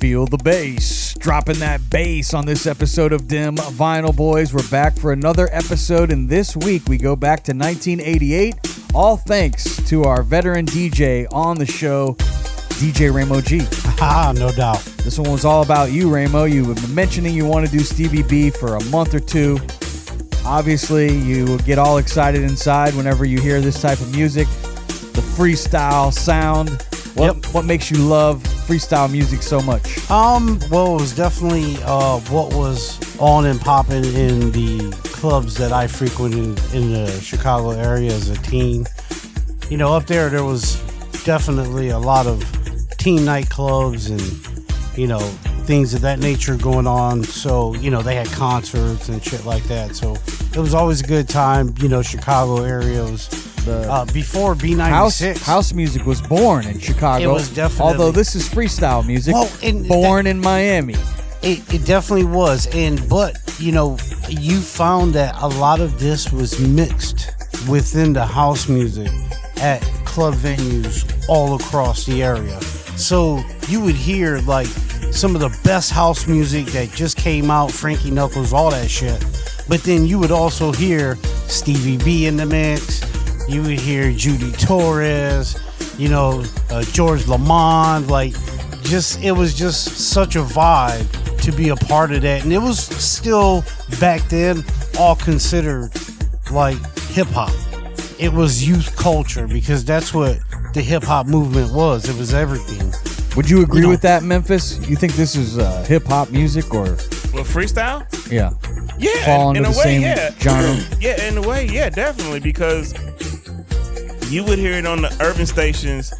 Feel the bass. Dropping that bass on this episode of Dim Vinyl Boys. We're back for another episode, and this week we go back to 1988. All thanks to our veteran DJ on the show, DJ Ramo G. Ah, no doubt. This one was all about you, Ramo. You have been mentioning you want to do Stevie B for a month or two. Obviously, you get all excited inside whenever you hear this type of music. The freestyle sound. What, Yep. what makes you love freestyle music so much? Um, well, it was definitely uh, what was on and popping in the clubs that I frequented in the Chicago area as a teen. You know, up there, there was definitely a lot of teen nightclubs and, you know, things of that nature going on. So, you know, they had concerts and shit like that. So it was always a good time. You know, Chicago area was The uh, before B96. house house music was born in Chicago. It was definitely- although this is freestyle music, Well, and born in Miami. It, it definitely was, and but you know, you found that a lot of this was mixed within the house music at club venues all across the area. So you would hear like some of the best house music that just came out, Frankie Knuckles, all that shit. But then you would also hear Stevie B in the mix. You would hear Judy Torres, you know, uh, George Lamond, like just it was just such a vibe to be a part of that and it was still back then all considered like hip hop it was youth culture because that's what the hip hop movement was it was everything Would you agree know- with that, Memphis? You think this is uh, hip hop music or Well, freestyle? yeah? Yeah, Fall in, under in a the way, same yeah. genre? yeah, in a way, yeah, definitely because you would hear it on the urban stations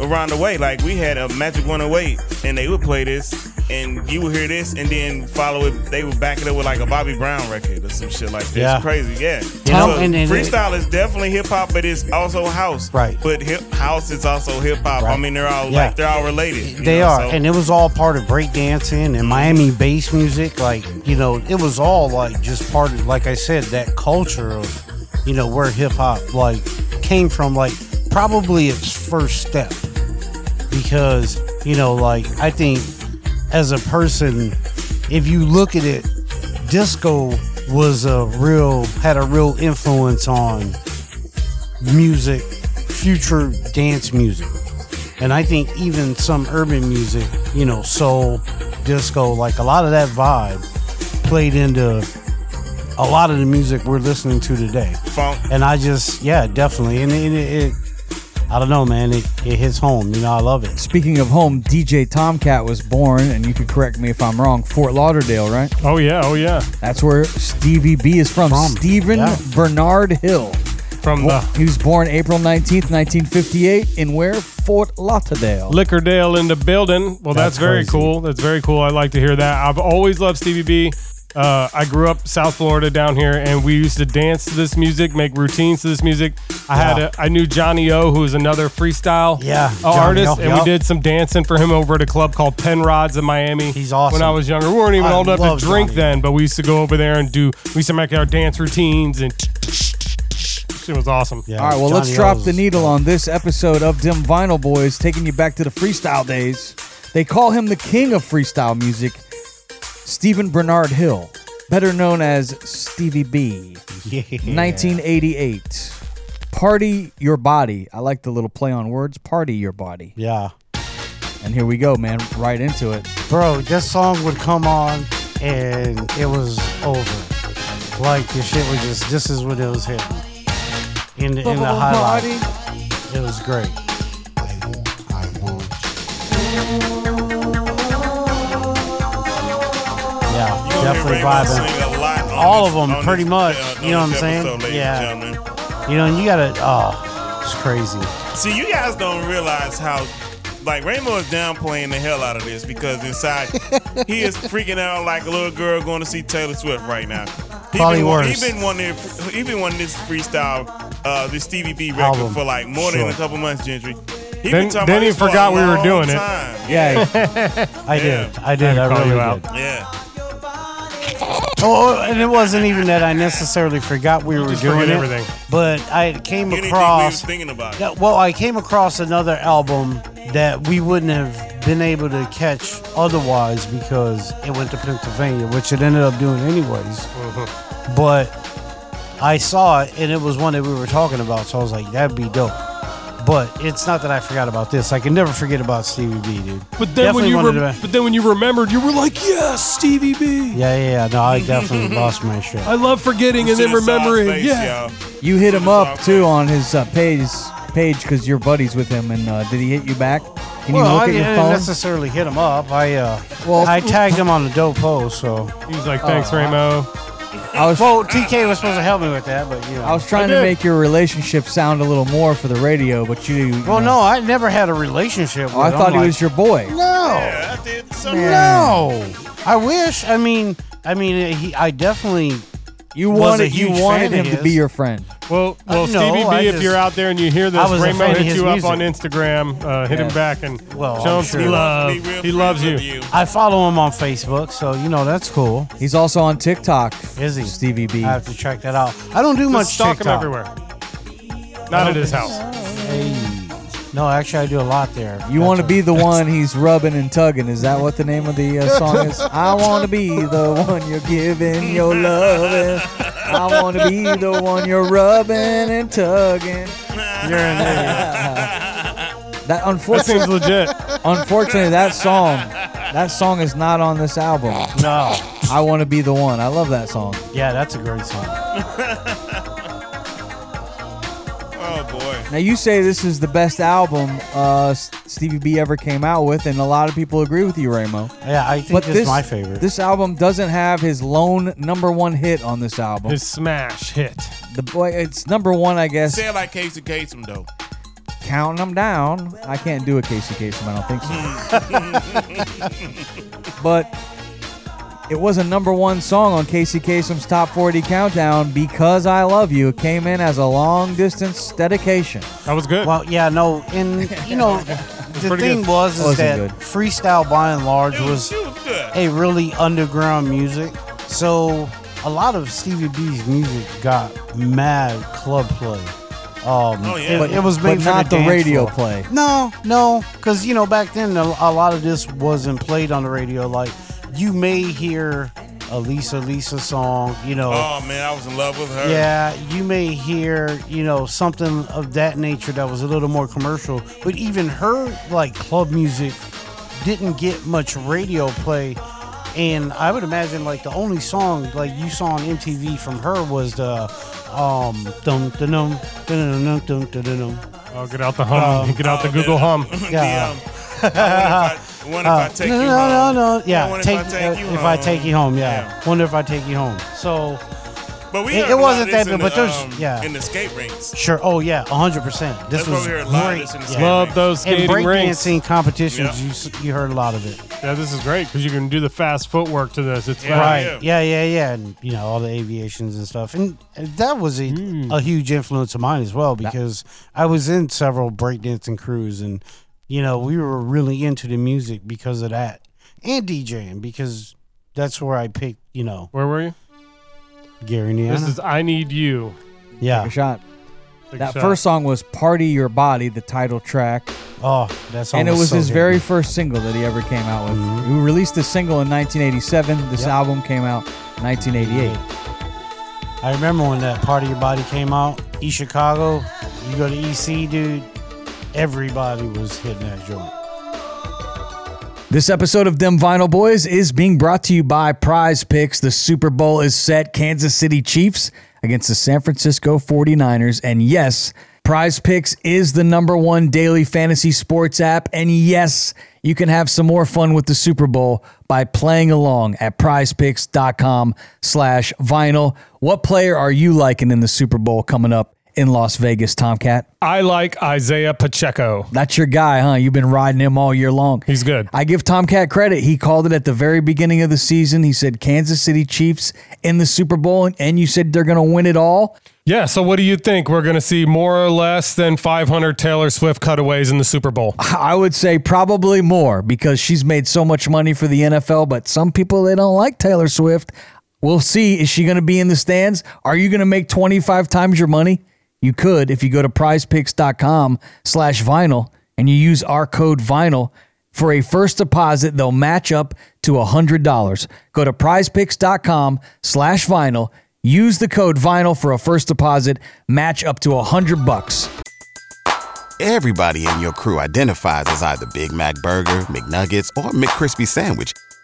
around the way. Like we had a Magic 108, and they would play this, and you would hear this, and then follow it. They would back it up with like a Bobby Brown record or some shit like that. Yeah. It's crazy, yeah. know, So and- and- freestyle is definitely hip hop, but it's also house. Right. But hip house is also hip hop. I Right. mean, they're all Yeah. like they're all related. you they know, are so- and it was all part of breakdancing and miami bass music like you know it was all like just part of like i said that culture of you know where hip-hop like came from like probably its first step because you know like i think as a person if you look at it disco was a real had a real influence on music future dance music and I think even some urban music, you know, soul, disco, like a lot of that vibe played into a lot of the music we're listening to today. funk. And I just, yeah, definitely. And it, it, it I don't know, man, it, it hits home. You know, I love it. Speaking of home, DJ Tomcat was born, and you could correct me if I'm wrong. Fort Lauderdale, right? Oh yeah, oh yeah. That's where Stevie B is from. From, Stephen yeah. Bernard Hill. From the He was born April 19th, 1958, in where Fort Lauderdale. Liquordale in the building. Well, that's, That's very crazy. cool. That's very cool. I like to hear that. I've always loved Stevie B. Uh, I grew up South Florida down here, and we used to dance to this music, make routines to this music. I had Yeah. a, I knew Johnny O, who was another freestyle Yeah, uh, Johnny artist, O, and yep. we did some dancing for him over at a club called Penrod's in Miami. He's awesome. When I was younger, we weren't even I old enough love to drink Johnny O. then, but we used to go over there and do we used to make our dance routines, and it was awesome. Yeah. All right, well, let's Johnny drop O's the is- needle on this episode of Dim Vinyl Boys, taking you back to the freestyle days. They call him the king of freestyle music, Stephen Bernard Hill, better known as Stevie B. Yeah. 1988. Party Your Body. I like the little play on words, Party Your Body. Yeah. And here we go, man, right into it. Bro, this song would come on and it was over. Like the shit was just this is what it was hitting. In the in the highlight. It was great. I want, I want you. Yeah, You definitely hear Raymond vibing. sing a lot on All this- of 'em, on pretty this- uh, much. on You know what this I'm saying? episode, ladies Yeah. and gentlemen. You know, and you gotta oh, it's crazy. See, you guys don't realize how. Like Rainbow is downplaying the hell out of this because inside he is freaking out like a little girl going to see Taylor Swift right now. He Probably been, wa- worse. He been wanting, he been wanting this freestyle, uh, this Stevie B record Album. for like more than Sure. a couple months, Gentry. He Then- been talking then about he this for a forgot we were long doing it. time. Yeah. I did. I Had did. to I call really you did. out. Yeah, Oh, and it wasn't even that I necessarily forgot we were just doing forget it, everything. but I came you didn't think we was across. thinking about it. Yeah, well, I came across another album that we wouldn't have been able to catch otherwise because it went to Pennsylvania, which it ended up doing anyways. Uh-huh. But I saw it and it was one that we were talking about, so I was like, that'd be dope. But it's not that I forgot about this. I can never forget about Stevie B, dude. But then when Definitely you wanted rem- to- but then when you remembered, you were like, yes, Stevie B. I yeah, yeah, yeah. No, I definitely lost my shit. love forgetting and then Suicide remembering. Face, yeah. y'all. you hit him all up, good. too, on his uh, page page because you're buddies with him. And uh, did he hit you back? Can you Well, look I at your didn't phone? necessarily hit him up. I uh, Well- Oh. I tagged him on the dope post. So, He was like, thanks, Ramo. I was, well, TK was supposed to help me with that, but you know. I was trying I to did. make your relationship sound a little more for the radio, but you. you well, know, no, I never had a relationship. Oh, I with him. thought he Like, was your boy. No, Yeah, I did some. no. I wish. I mean, I mean, uh, he. I definitely. You Was a wanted you huge wanted fan him of to his. be your friend. Well, Uh, well, no, Stevie B, I if just- you're out there and you hear I this, was a Ramo fan of hit his you up on music. Instagram. Uh, hit Yes. him back and Well, show I'm him sure some he love. Be real He loves friends you. with you. I follow him on Facebook, so you know that's cool. He's also on TikTok. Is he? Stevie B? I have to check that out. I don't do much Just stalk him TikTok. everywhere. Not at his house. No, actually, I do a lot there. You want to be the one he's rubbing and tugging. Is that what the name of the uh, song is? I want to be the one you're giving your loving. I want to be the one you're rubbing and tugging. You're in there. That That unfortunately, seems legit. unfortunately, that song, that song is not on this album. No. I want to be the one. I love that song. Yeah, that's a great song. Oh boy. Now you say this is the best album uh, S- Stevie B ever came out with, and a lot of people agree with you, Ramo. Yeah, I think But this this is my favorite. This album doesn't have his lone number one hit on this album. His smash hit. the boy, it's number one, I guess. Say it like Casey Kasem though. Counting them down. I can't do a Casey Kasem. I don't think so. but it was a number one song on Casey Kasem's top 40 countdown. Because I love you it came in as a long distance dedication. That was good. Well, yeah, no, and you know, the pretty thing good. was is Wasn't that good. freestyle by and large It was was, it was good. a really underground music. So a lot of Stevie B's music got mad club play. Um, Oh, yeah. it- But- it, was but made for not the dance radio floor. play. No, no, because you know back then a, a lot of this wasn't played on the radio. Like you may hear a Lisa Lisa song, you know. Oh man, I was in love with her. Yeah, you may hear, you know, something of that nature that was a little more commercial. But even her like club music didn't get much radio play. And I would imagine like the only song like you saw on MTV from her was the um dum dum dum dum dum dum dum dum. oh, get out the hum. get out the oh, Google dude. hum. Um, Yeah. Uh, The, um, I wonder if I, wonder if I take no, you no, home. no, no, I yeah. wonder Take, uh, if I take you if home. I take you home, yeah. Wonder if I take you home. So But we It- heard it a lot wasn't of this that in big, but the, there's- um, yeah. in the skate rinks. sure, oh yeah, hundred percent. This That's why was we heard a great. lot of this in the yeah. skate Love those and skating rings. breakdancing competitions, Yeah. you s you heard a lot of it, Yeah, this is great because you can do the fast footwork to this. It's Yeah. fast. Right. Yeah, yeah, yeah, and you know all the aviations and stuff, and that was a, Hmm. a huge influence of mine as well because I was in several breakdancing crews, and you know we were really into the music because of that, and DJing because that's where I picked you know Where were you? Gary Indiana. This is I Need You. yeah, A shot. Big That shot. first song was "Party Your Body," the title track, oh that's and it was his very first single that he ever came out with. He released the single in 1987. This Mm-hmm. Yep. album came out in 1988. I remember when that part of your body came out, East Chicago. You go to EC, dude, everybody was hitting that joint. This episode of Them Vinyl Boys is being brought to you by Prize Picks. The Super Bowl is set. Kansas City Chiefs against the San Francisco 49ers. And yes, Prize Picks is the number one daily fantasy sports app. And yes, you can have some more fun with the Super Bowl by playing along at prizepicks.com slash vinyl. What player are you liking in the Super Bowl coming up in Las Vegas, Tomcat? I like Isaiah Pacheco. That's your guy, huh? You've been riding him all year long. He's good. I give Tomcat credit. He called it at the very beginning of the season. He said Kansas City Chiefs in the Super Bowl, and, and you said they're going to win it all. Yeah. So, what do you think? We're going to see more or less than 500 Taylor Swift cutaways in the Super Bowl. I would say probably more because she's made so much money for the NFL, but some people they don't like Taylor Swift. We'll see. Is she going to be in the stands? Are you going to make 25 times your money? You could if you go to prizepicks.com slash vinyl and you use our code vinyl for a first deposit, they'll match up to $100. Go to prizepicks.com slash vinyl. Use the code vinyl for a first deposit, match up to 100 bucks. Everybody in your crew identifies as either Big Mac Burger, McNuggets, or McCrispy Sandwich.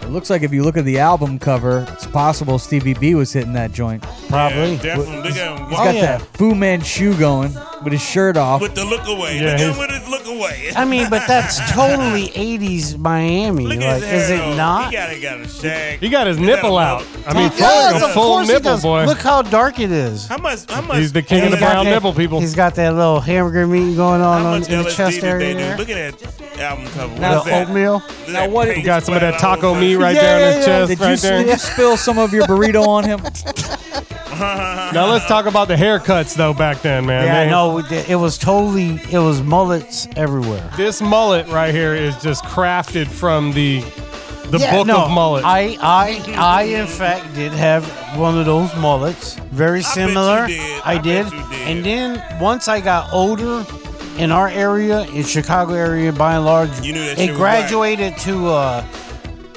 It looks like if you look at the album cover, it's possible Stevie B was hitting that joint. Probably. definitely. Look at him He's walk- got yeah. that Fu Manchu going with his shirt off. Oh, with the look away. Yeah, look at he's- him with his look away. I mean, but that's totally 80s Miami. Look at like, his hair. is it though. not? He got, he got a shag. He got his He got a nipple out. bump. I mean, Yes, full, of a full course he nipple, does. boy. Look how dark it is. How much? How much? He's the king of the He's got brown that- nipple, people. He's got that little hamburger meat going on, How on much in the LSD chest did they area. do? there. Look at that album cover. Now, What's that? Oatmeal. now what- That Got some of that paint splattered taco all meat over right his- down his chest, Did, you, right did there. you spill some of your burrito on him? Uh-huh. Now let's talk about the haircuts though. Back then, man. Yeah, They- no, we did- it was totally, it was mullets everywhere. This mullet right here is just crafted from the the Yeah, book no, of mullets. I, I, I, in fact, did have one of those mullets, very bet similar. you did. I I bet did. you did. And then once I got older, in our area, in Chicago area, by and large, You knew that shit it was graduated to uh,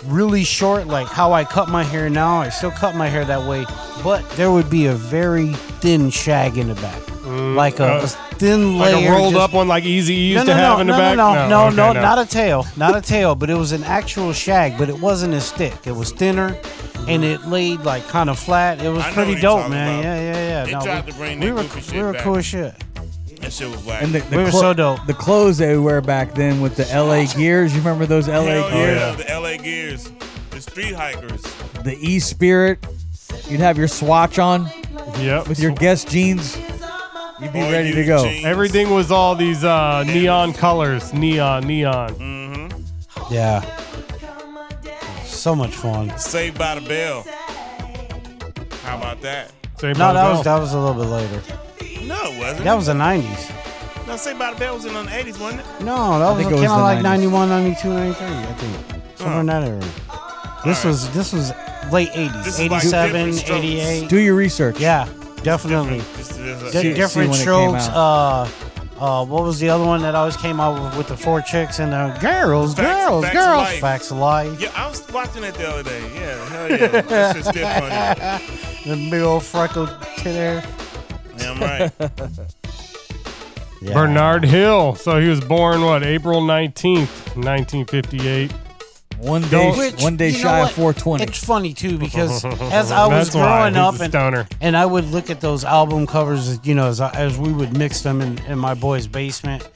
really short, like how I cut my hair now. I still cut my hair that way, but there would be a very thin shag in the back, Mm, like a, uh, thin like layer, a rolled just- up one, like Easy used no, to no, have no, in the no, back. No, no, no, okay, no, not a tail, not a tail, but it was an actual shag, but it wasn't as thick. It was thinner, and it laid like kind of flat. It was I know what pretty you're dope, talking man. about. Yeah, yeah, yeah. They no, tried we, to bring we that were, goofy we shit were back. cool as shit. That shit was whack. And the, the We were so dope. The clothes they wear back then with the LA gears. You remember those LA Hell gears? yeah, the LA Gears, the street hikers. The E Spirit. You'd have your swatch on Yep. with your guest jeans. You'd be Boy, ready to used go. jeans. Everything was all these uh, neon colors, neon, neon. Yeah. So much fun. Saved by the Bell. How about that? Saved by No, the that was Bell. that was a little bit later. No, it wasn't. That was the '90s. no, Saved by the Bell was in the eighties, wasn't it? No, that was, think it it was came out the like 90s. 91, 92, 93, I think. Somewhere in that area. This All right. was this was late This 80s, is like 87, different strokes. 88. Do your research. Yeah, definitely. This is- this Di- is- diff- different when it strokes. came Uh, uh, what was the other one that always came out with, with the four chicks and the girls, Facts- girls, Facts of girls? Life. Facts of life. yeah, I was watching that the other day. Yeah, hell yeah. That shit's still funny. The big old freckled to there. Damn right. Yeah. Bernard Hill. So he was born what April nineteenth, nineteen fifty-eight. One day, Which, one day you know shy what? of 420. It's funny too because as I was That's why growing he's up a and stoner. and I would look at those album covers, you know, as I, as we would mix them in, in my boy's basement.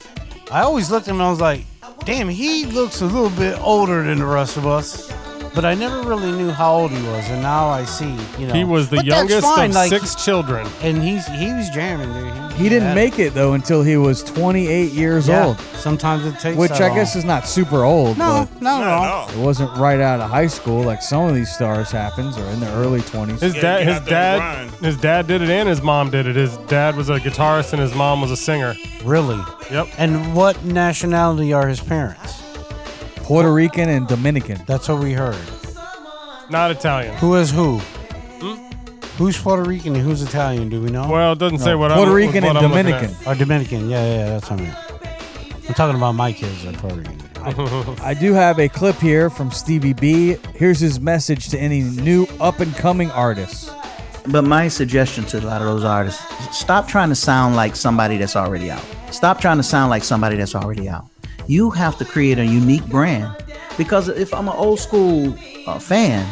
I always looked at them and I was like, Damn, he looks a little bit older than the rest of us. But I never really knew how old he was, and now I see. You know, He was the But that's youngest fine, of like, six children. and he's he was jamming, dude. He didn't had make it though until he was 28 years Yeah, old, Sometimes it takes. which that I long. guess is not super old. No, no, Not no. at all. but it wasn't right out of high school like some of these stars happens or in their early 20s. His Yeah, dad, get his out there and dad, grind. his dad did it, and his mom did it. His dad was a guitarist, and his mom was a singer. Really? Yep. And what nationality are his parents? Puerto Rican and Dominican. That's what we heard. Not Italian. Who is who? Who's Puerto Rican and who's Italian? Do we know? Hmm? Well, it doesn't say what Puerto I'm, Rican what and I'm looking Dominican. or Dominican? Yeah, yeah, yeah, that's what I mean. I'm talking about my kids are Puerto Rican. I do have a clip here from Stevie B. Here's his message to any new up and coming artists. But my suggestion to a lot of those artists stop trying to sound like somebody that's already out. Stop trying to sound like somebody that's already out. You have to create a unique brand because if I'm an old school uh, fan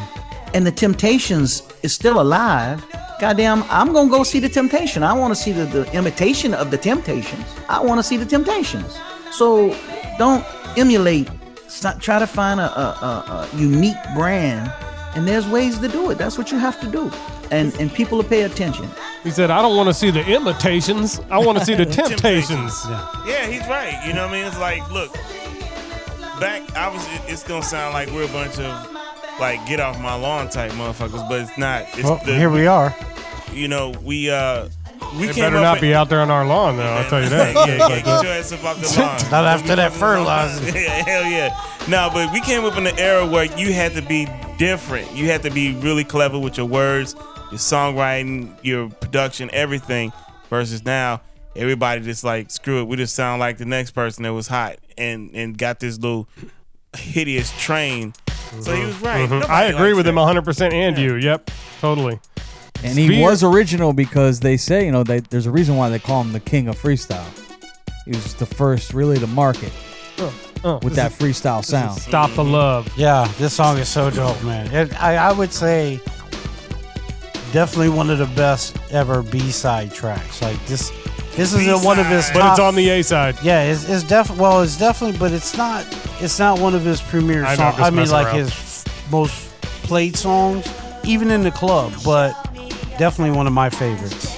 and the Temptations is still alive, goddamn, I'm going to go see the Temptation. I want to see the, the imitation of the Temptations. I want to see the Temptations. So don't emulate, stop, try to find a, a, a, a unique brand. And there's ways to do it. That's what you have to do. And, and people will pay attention. at. He said, "I don't want to see the imitations. I want to see the temptations." Yeah, he's right. You know what I mean? It's like, look, back. I was. it- It's gonna sound like we're a bunch of like get off my lawn type motherfuckers, but it's not. It's Well, the, here we are. You know, we uh, we They came better up not with- be out there on our lawn, though. I'll tell you that. yeah, yeah, get your ass up off the lawn. Not after that fertilizer. Mm-hmm. yeah, hell yeah. No, but we came up in an era where you had to be different. You had to be really clever with your words, your songwriting, your production, everything. Versus now, everybody just like screw it. We just sound like the next person that was hot and and got this little hideous train. So he was right. Nobody Mm-hmm. I agree likes with that. him 100. percent And you, yep, totally. And he Spear- was original because they say, you know, they, there's a reason why they call him the king of freestyle. He was the first really to market Uh, with this that is- freestyle this is sound. Stop the love. Yeah, this song is so dope, man. It, I, I would say definitely one of the best ever B side tracks. Like this, this is a- one of his. B-side. But it's top- on the A side. Yeah, it's, it's definitely. Well, it's definitely, but it's not. It's not one of his premier I know, songs. just I mean, messing like around. his f- most played songs, even in the club. But definitely one of my favorites.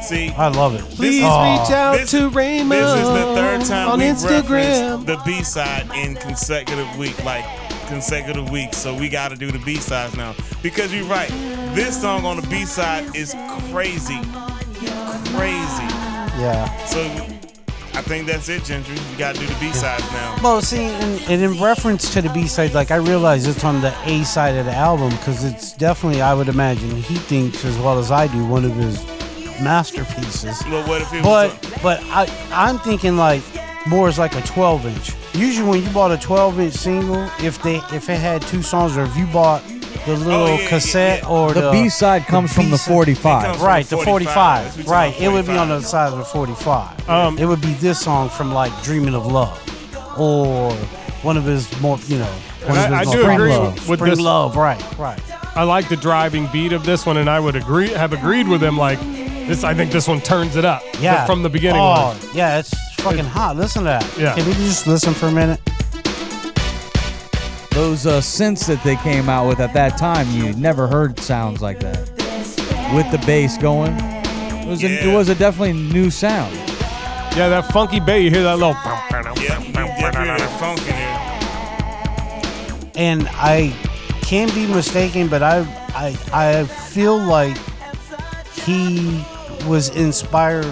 See, I love it. Oh. Please Aw. This- This is the third time on we've Instagram. referenced the B side in consecutive week, like consecutive weeks. So we got to do the B sides now because you're right. This song on the B side is crazy, crazy. Yeah. So I think that's it, Gentry. We got to do the B sides now. Well, see, and, and in reference to the B side, like I realize it's on the A side of the album because it's definitely, I would imagine, he thinks as well as I do, one of his masterpieces. Well, what if it But was? but I I'm thinking like more is like a 12 inch. Usually when you bought a 12 inch single, if they if it had two songs or if you bought Oh, the little yeah, yeah, cassette yeah. or the, The B side comes from the B-side- 45. comes- Right, the 45. 45. Right, it would be on the 45. side of the 45. Um, it would be this song from like Dreaming of Love or one of his more, you know, one And of I- his I more- do agree Spring Love. with Spring this- Love, right, right. I like the driving beat of this one, and I would agree have agreed with him. Like this, I think this one turns it up. Yeah. the- from the beginning. Oh, one. yeah, it's fucking hot. Listen to that. Yeah. Can we just listen for a minute? Those uh, synths that they came out with at that time, you never heard sounds like that. With the bass going, it was, a, it Yeah. was a definitely new sound. yeah, that funky bass. You hear that little. Yeah, you definitely hear the funk in here. and I can be mistaken, but I I I feel like he was inspired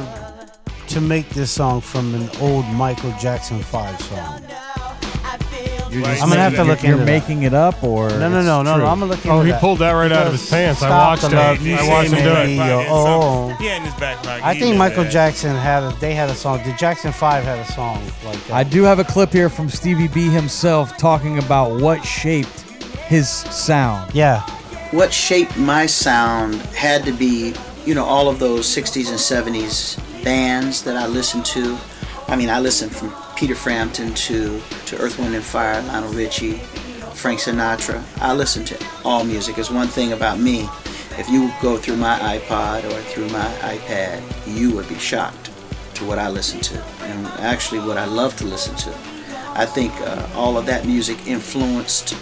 to make this song from an old Michael Jackson Five song. You're Right. just I'm gonna have making- to look You're into that. making it up, or No, no, it's no, no, true? no. I'm gonna look into Oh, he that. pulled that right out of his pants. I Stop watched the love it. you I watched him see do me. it. Yo, oh. He had in his backpack. I He think did Michael that. Jackson had a they had a song. The Jackson Five had a song like that. I do have a clip here from Stevie B himself talking about what shaped his sound. yeah. what shaped my sound had to be, you know, all of those 60s and 70s bands that I listened to. I mean, I listened from Peter Frampton to, to Earth, Wind, and Fire, Lionel Richie, Frank Sinatra. I listened to all music. It's one thing about me. If you go through my iPod or through my iPad, you would be shocked to what I listen to and actually what I love to listen to. I think uh, all of that music influenced,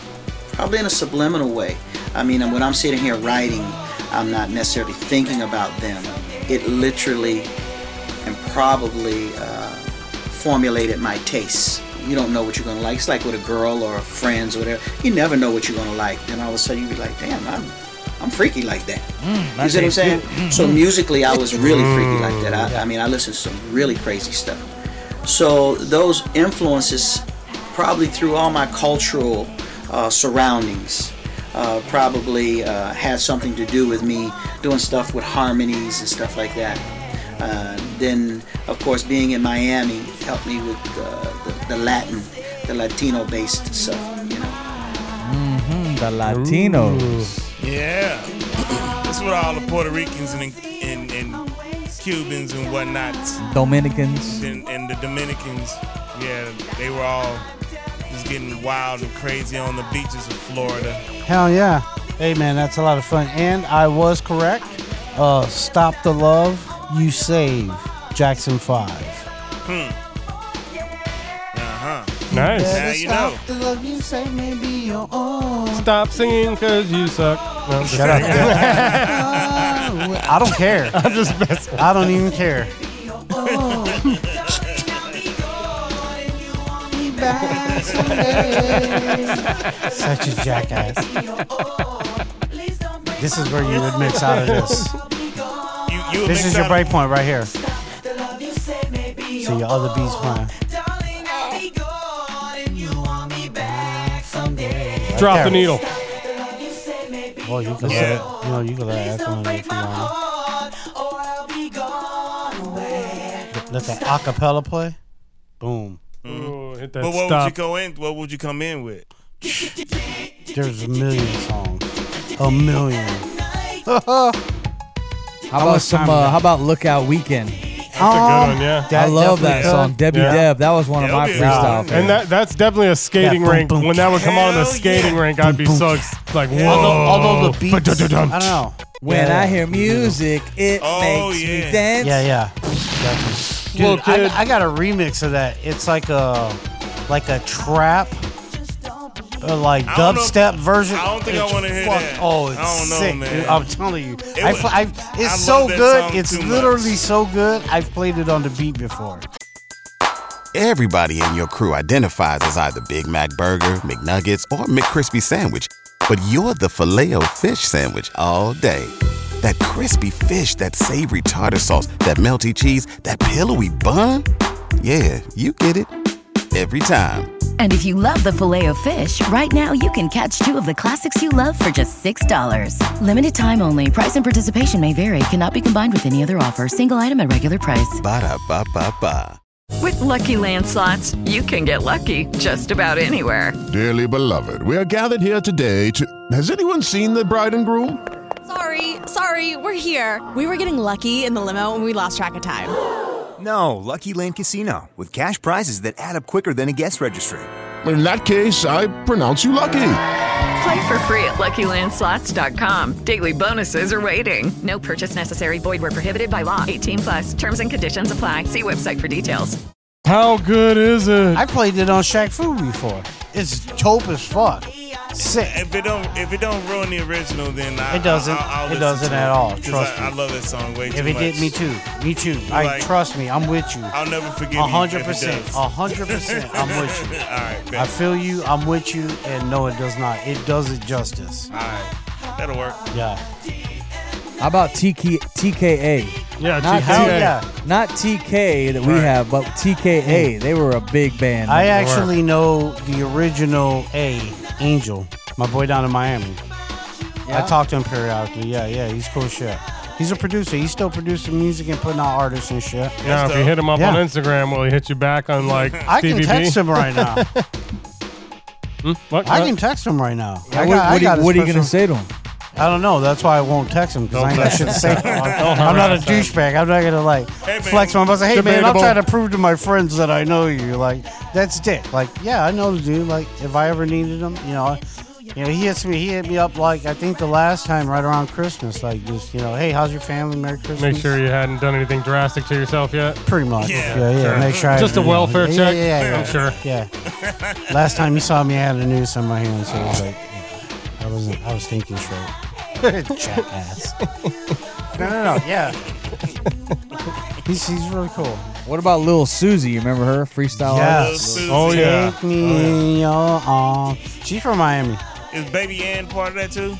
probably in a subliminal way. I mean, when I'm sitting here writing, I'm not necessarily thinking about them. It literally and probably uh, formulated my tastes. You don't know what you're gonna like. It's like with a girl or friends or whatever. You never know what you're gonna like. Then all of a sudden you be like, damn, I'm, I'm freaky like that. you see what I'm tastes saying? good. So Mhm. musically, I was really freaky like that. I, I mean, I listened to some really crazy stuff. So those influences, probably through all my cultural uh, surroundings, uh, probably uh, had something to do with me doing stuff with harmonies and stuff like that. Uh, then, of course, being in Miami helped me with uh, the, the Latin, the Latino-based stuff. You know. hmm the Latinos. Yeah. That's what all the Puerto Ricans and, and, and Cubans and whatnot Dominicans. and, and the Dominicans, yeah, they were all just getting wild and crazy on the beaches of Florida. Hell yeah. Hey man, that's a lot of fun. And I was correct. Uh Stop the Love, You Save, Jackson 5. Hmm. Uh huh. Nice. Now you know. The love you save may be your own. Stop singing because you suck. No, I'm just Shut up. kidding. I don't care. I'm just messing. I don't even care. Such a jackass. This is where you would mix out of this. you would this mix is your out of- break point right here. So your other beats playing. Right Drop there. the needle. Well, you can Yeah. let, you know, you can let that come in if you want. Let- Let that acapella play. Boom. Ooh, hit that Mm-hmm. But what would stop. you go in? What would you come in with? There's a million songs. A million. How about some? Uh, how about Lookout Weekend? That's a good one, yeah. I love that Oh, song, Um, definitely good. Debbie Yeah. Deb. That was one of my Debbie. freestyle. And favorites. that that's definitely a skating Yeah, boom, rink. boom. when that would come on in a Hell skating yeah. rink, I'd be so ex- like, whoa. Although, although the beats, I don't Ba-da-da-dum. know. when Yeah, I yeah. hear music, it Oh, makes yeah. me dance. Yeah, yeah. Little Dude, I, kid. I got a remix of that. It's like a like a trap, uh, like I don't know dubstep if- version. I don't think I It's wanna hear fuck- that. Oh, it's I don't know, sick, man. dude. I'm telling you, I, was- pl- I, I love it's so that good. song It's too much. literally so good. I've played it on the beat before. Everybody in your crew identifies as either Big Mac Burger, McNuggets, or McCrispy Sandwich. But you're the filet fish Sandwich all day. That crispy fish, that savory tartar sauce, that melty cheese, that pillowy bun. Yeah, you get it. Every time. And if you love the filet of fish, right now you can catch two of the classics you love for just $6. Limited time only. Price and participation may vary. Cannot be combined with any other offer. Single item at regular price. Ba-da-ba-ba-ba. With Lucky Land slots, you can get lucky just about anywhere. Dearly beloved, we are gathered here today to. Has anyone seen the bride and groom? Sorry, sorry, we're here. We were getting lucky in the limo and we lost track of time. No, Lucky Land Casino, with cash prizes that add up quicker than a guest registry. In that case, I pronounce you lucky. Play for free at LuckyLandSlots.com. Daily bonuses are waiting. No purchase necessary. Void where prohibited by law. 18 plus terms and conditions apply. See website for details. How good is it? I played it on Shaq Fu before. It's dope as fuck. Sick. If it don't, if it don't ruin the original, then I, It doesn't. I, I'll, I'll It listen doesn't to at it, all. 'cause Trust I, me. I love that song way If too it much. did, me too. Me too. I Like- trust me. I'm with you. I'll never forgive you. A hundred if it percent. does. A hundred percent. I'm with you. All right, bet. I feel you. I'm with you. And no, it does not. It does it justice. All right, that'll work. Yeah. How about TK, TKA? Yeah, TKA. not Hell yeah. Not TK that we have, but TKA. They were a big band. I actually know the original A Angel, my boy down in Miami. I Yeah? talk to him periodically. Yeah, yeah, he's cool shit. He's a producer. He's still producing music and putting out artists and shit. Yeah, if you hit him up Yeah. on Instagram, will he hit you back on like I can TBB? text him right now. Hmm? What? I can text him right now. Yeah, I what- what do you- his what are you gonna personal- say to him? I don't know. That's why I won't text him because I ain't got shit to say. to him. I'm not a douchebag. I'm not gonna like flex my muscle. Hey man, I'm Debatable. trying to prove to my friends that I know you. Like that's dick. Like yeah, I know the dude. Like if I ever needed him, you know, I- you know, he hits me. He hit me up like I think the last time right around Christmas. Like just you know, hey, how's your family? Merry Christmas. Make sure you hadn't done anything drastic to yourself yet. Pretty much. Yeah, yeah. sure. Make sure. I- Just a you know, welfare yeah, check. Yeah, yeah, yeah. I'm sure. Yeah. Last time you saw me, I had a noose on my hand, so it was like, yeah, I wasn't. I was thinking straight. Jackass. no, no, no. Yeah. he's, he's really cool. What about Lil Susie? You remember her freestyle? artist? Yes. Lil Susie. Take me on. She's from Miami. Is Baby Ann part of that too?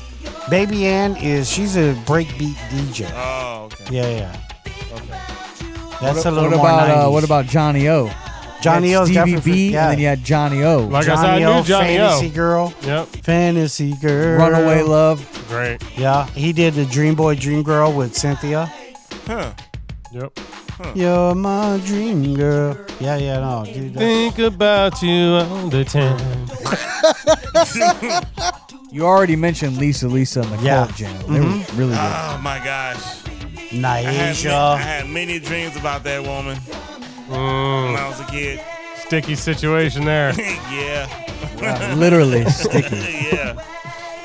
Baby Ann is she's a breakbeat DJ. Oh, okay. Yeah, yeah. Okay. what, That's a little what more about uh, 90s. what about Johnny O? Johnny You had O's Stevie definitely- B, yeah. and then you had Johnny O. Like I said, I Johnny knew O, Johnny O. Fantasy Girl. Yep. Fantasy Girl. Runaway Love. Great. Yeah, he did the Dream Boy Dream Girl with Cynthia. Huh. Yep. Huh. You're my dream girl. Yeah, yeah, no, dude. that- Think about you all the time. You already mentioned Lisa Lisa and the Yeah. Mm-hmm. Cold Jam. They were really good. Oh my gosh. I had, many, I Naisha. had many dreams about that woman when I Mm, was a kid. sticky situation there. yeah. Wow, literally sticky. yeah.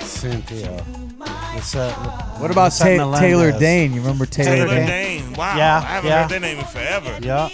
Cynthia. What's up? What about what's up, Ta- Taylor Melendez? Dane? You remember Taylor, Taylor Dane. Wow. Yeah, I haven't yeah. heard that name in forever. Yeah.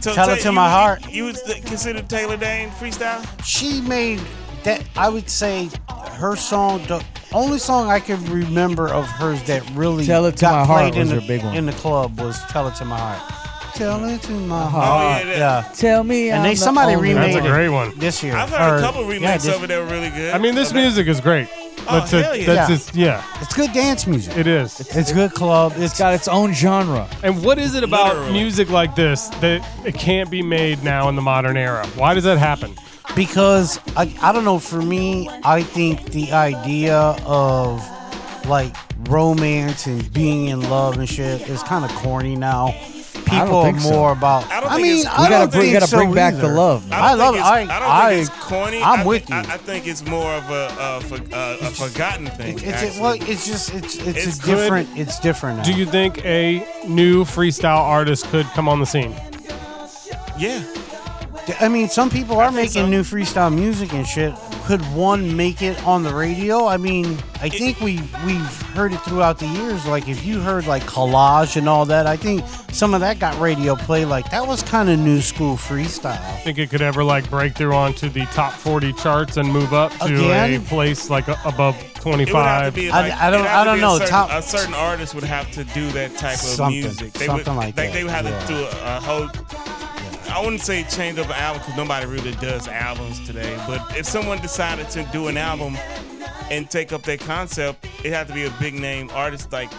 So, Tell Ta- it to you my would- heart. You would consider Taylor Dane freestyle? she made that I would say her song the only song I can remember of hers that really Tell It to got My Heart played in was the, her big one. in the club was Tell It to My Heart. Tell It to My yeah, Heart. Oh, that- Uh-huh. yeah. Tell me. And I'm they the somebody only remade That's a it great one. this year. I've heard Or- a couple yeah, remakes this- of it that were really good. I mean, this Of that- music is great. But hell to- yeah. that's Yeah. just yeah, It's good dance music. it is. It's good club. It's got its own genre. And what is it about Literally. music like this that it can't be made now in the modern era? Why does that happen? because I, I don't know for me i think the idea of like romance and being in love and shit is kind of corny now people are think so. more about I i, don't think mean it's- I We don't gotta bring- think gotta so bring back the either. love, man. i, don't love think i it's- I don't think I- it's corny. i'm I with think, you I, I think it's more of a, uh, for, uh, a forgotten thing. it's, it's, actually. well, it's just it's it's, It's a good. different it's different now. Do you think a new freestyle artist could come on the scene? yeah. I mean, some people are making so. new freestyle music and shit. Could one make it on the radio? I mean, I think we we've heard it throughout the years. Like if you heard like collage and all that, I think some of that got radio play. Like that was kind of new school freestyle. Think it could ever like break through onto the top 40 charts and move up to a Again? place like a- above It would have 25? to be I- like, I don't- it'd have I to don't be know, A certain, top- a certain artist would have to do that type of Something, music. something would, like they, that, They would have yeah. to do a, a whole. I wouldn't say change up an album because nobody really does albums today. But if someone decided to do an album and take up their concept, it had to be a big name artist like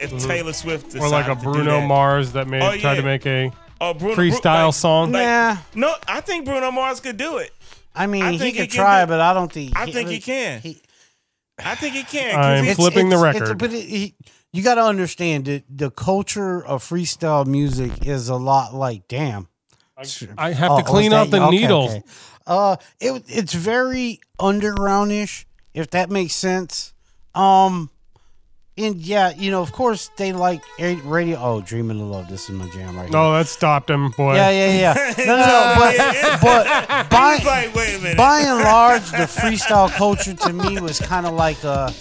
if Taylor Swift Mm-hmm. decided or like a to do Bruno that. Mars that may Oh, try to yeah. make a Or Uh, Bruno, Bru- freestyle like- song? like- Nah. No, I think Bruno Mars could do it. I mean, I he think he could can try, do- but I don't think. I think he can. he- I think he can. 'cause I'm he's- flipping- the It's, record. but it, he- you got to understand that the culture of freestyle music is a lot like damn. I have Oh, to oh, clean is out that the you? Okay, needles. okay. Uh, it it's very undergroundish, if that makes sense. Um, and yeah, you know, of course they like a- radio. Oh, dreaming of love. This is my jam right No, Oh, that stopped him, boy. now. Yeah, yeah, yeah. No, no, no. But but I by was like, wait a minute. by and large, the freestyle culture to me was kind of like a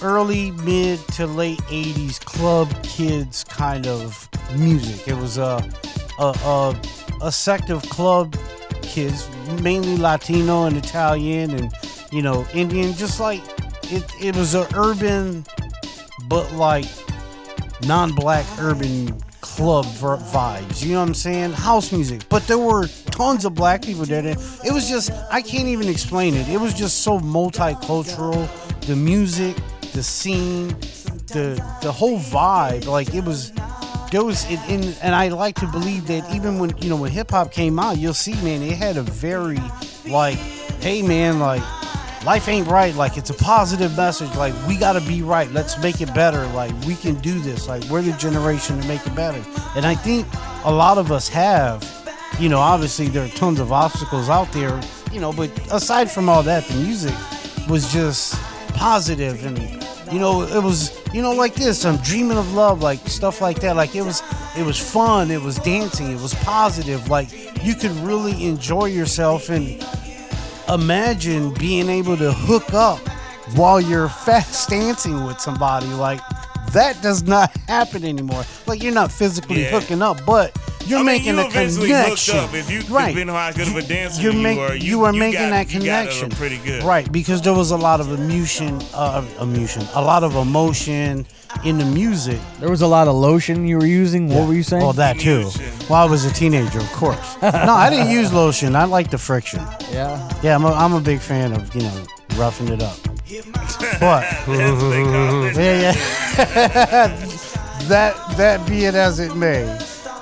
early, mid to late '80s club kids kind of music. It was a a, a, a sect of club kids, mainly Latino and Italian, and you know Indian. Just like it, it was a urban, but like non-black urban club ver- vibes. You know what I'm saying? House music. But there were tons of black people there. that- It was just I can't even explain it. It was just so multicultural. The music, the scene, the the whole vibe. Like it was. There was it in, and I like to believe that even when you know when hip hop came out, you'll see, man, it had a very like, hey, man, like life ain't right like it's a positive message like we gotta be right let's make it better like we can do this like we're the generation to make it better and i think a lot of us have you know obviously there are tons of obstacles out there you know but aside from all that the music was just positive and you know it was you know like this i'm dreaming of love like stuff like that like it was it was fun it was dancing it was positive like you could really enjoy yourself and imagine being able to hook up while you're fast dancing with somebody like that does not happen anymore like you're not physically Yeah. hooking up but You're I mean, making you a eventually connection. Hooked up. If you Right. have been how good of a dancer You're you make- are, you, are you making got- that you got it connection, pretty good. right? Because there was a lot of emotion, uh, emotion, a lot of emotion in the music. There was a lot of lotion you were using. What were you saying? Well, that too. Well, I was a teenager, of course. no, I didn't use lotion. I like the friction. Yeah. Yeah, I'm a, I'm a big fan of you know roughing it up. But yeah, yeah. that that be it as it may,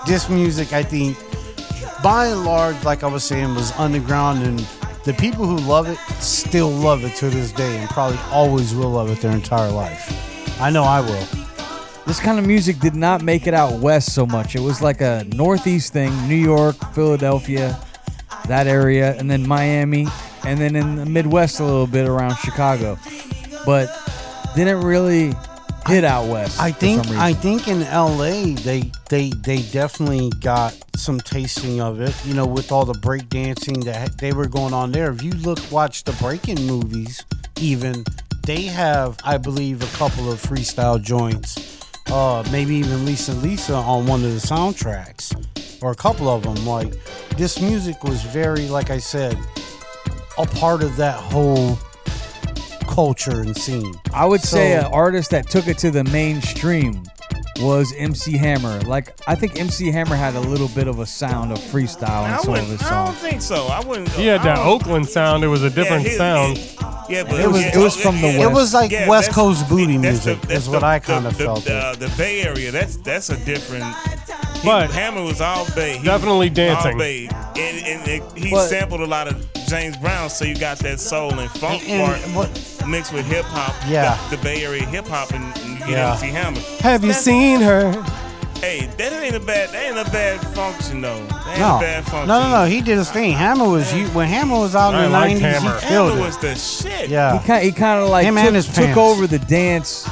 this music I think, by and large, like I was saying, was underground, and the people who love it still love it to this day, and probably always will love it their entire life. I know I will. This kind of music did not make it out west so much. It was like a northeast thing, New York, Philadelphia, that area, and then Miami, and then in the Midwest a little bit around Chicago. But didn't really hit out west. I for think some reason. I think in LA they they they definitely got some tasting of it, you know, with all the break dancing that they were going on there. If you look watch the breaking movies even, they have I believe a couple of freestyle joints. Uh maybe even Lisa Lisa on one of the soundtracks or a couple of them like this music was very like I said a part of that whole culture and scene. I would say So- an artist that took it to the mainstream was MC Hammer. Like I think MC Hammer had a little bit of a sound of freestyle in I some of his wouldn't. I don't songs. think so. I wouldn't. He had I that don't- Oakland sound. It was a different his- sound. Yeah, but It was- it was from the yeah, West. It was like West that's- Coast booty that's music is that's what I kinda the- felt The, uh, the Bay Area. That's that's a different. he- But- Hammer was all Bay. He Definitely was all dancing. Bay. and, and it- he But- sampled a lot of James Brown, so you got that soul and funk And- part mixed with hip hop. Yeah. the, the Bay Area hip hop, and, and you get Yeah. MC Hammer. Have you seen her? Hey, that ain't a bad. That ain't a bad function though. That ain't No. a bad no, function. no, no. He did his thing. Hammer was you when Hammer was out in the nineties. He killed Hammer it. was the shit. Yeah. He kind he kind of like Him took, and his took pants. over the dance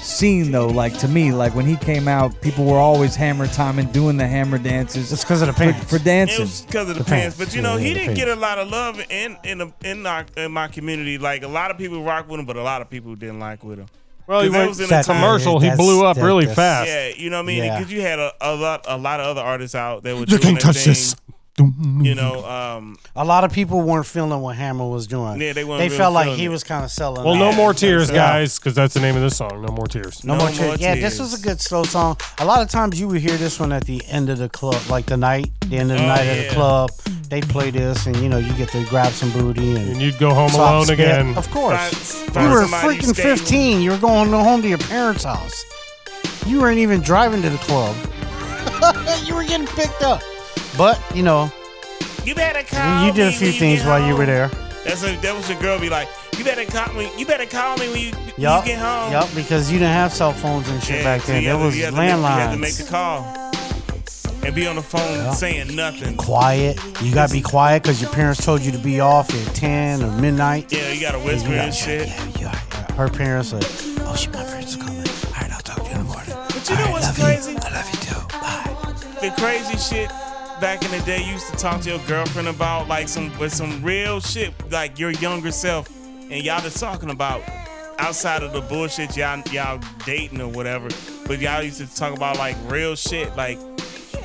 scene though. Like to me, like when he came out, people were always hammer timing, doing the hammer dances. It's because of the pants. for, dancing. because of the, pants. But you know, he didn't get a lot of love in in the, in, our, in my community. Like a lot of people rock with him, but a lot of people didn't like with him. Well, he 'Cause that went was in a that time- commercial, he That's- blew up that- really that's- fast. Yeah, you know what I mean. Yeah. Because you had a, a lot a lot of other artists out that were You doing can't their touch thing. this. You know, um, A lot of people weren't feeling what Hammer was doing. Yeah, they weren't They really felt like feeling he it. was kind of selling. Well, out. no more tears, Yeah. guys, because that's the name of this song. No more tears. No, more tears. Yeah, this was a good slow song. A lot of times you would hear this one at the end of the club, like the night, the end of the Oh, night at yeah. the club. They play this, and you know you get to grab some booty, and, And you'd go home Soft alone spit. again. Of course, Find- you find were somebody you freaking skate with. fifteen. You were going home to your parents' house. You weren't even driving to the club, you were getting picked up. but you know You better call. you did a me few when things get while you were there. home. That's a, that was your girl. Be like, you better call me. You better call me when you, when Yup, you get home. yup, because you didn't have cell phones and shit back so then. you There had to- was you had to make- You had to make the landlines. call and be on the phone Yeah. saying nothing. Quiet. You gotta be quiet because your parents told you to be off at ten or midnight. Yeah, you gotta And whisper you and shit. Her parents like, oh shit, my friends are coming. All right, I'll talk to you in the morning. But you know what's crazy? I love you too. Bye. The crazy shit back in the day you used to talk to your girlfriend about like some with some real shit, like your younger self, and y'all just talking about outside of the bullshit y'all y'all dating or whatever. But y'all used to talk about like real shit, like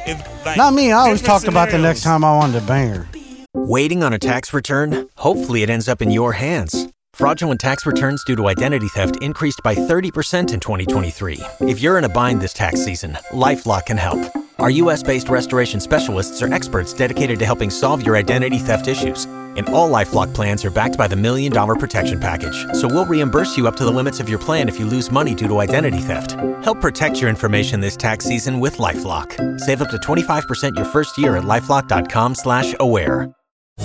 if like Not me. I always different talked about the scenarios. next time I wanted to bang her. Waiting on a tax return? Hopefully, it ends up in your hands. Fraudulent tax returns due to identity theft increased by 30% in 2023. If you're in a bind this tax season, LifeLock can help. Our U.S. based restoration specialists are experts dedicated to helping solve your identity theft issues. And all LifeLock plans are backed by the Million Dollar Protection Package. So we'll reimburse you up to the limits of your plan if you lose money due to identity theft. Help protect your information this tax season with LifeLock. Save up to 25% your first year at LifeLock.com slash aware.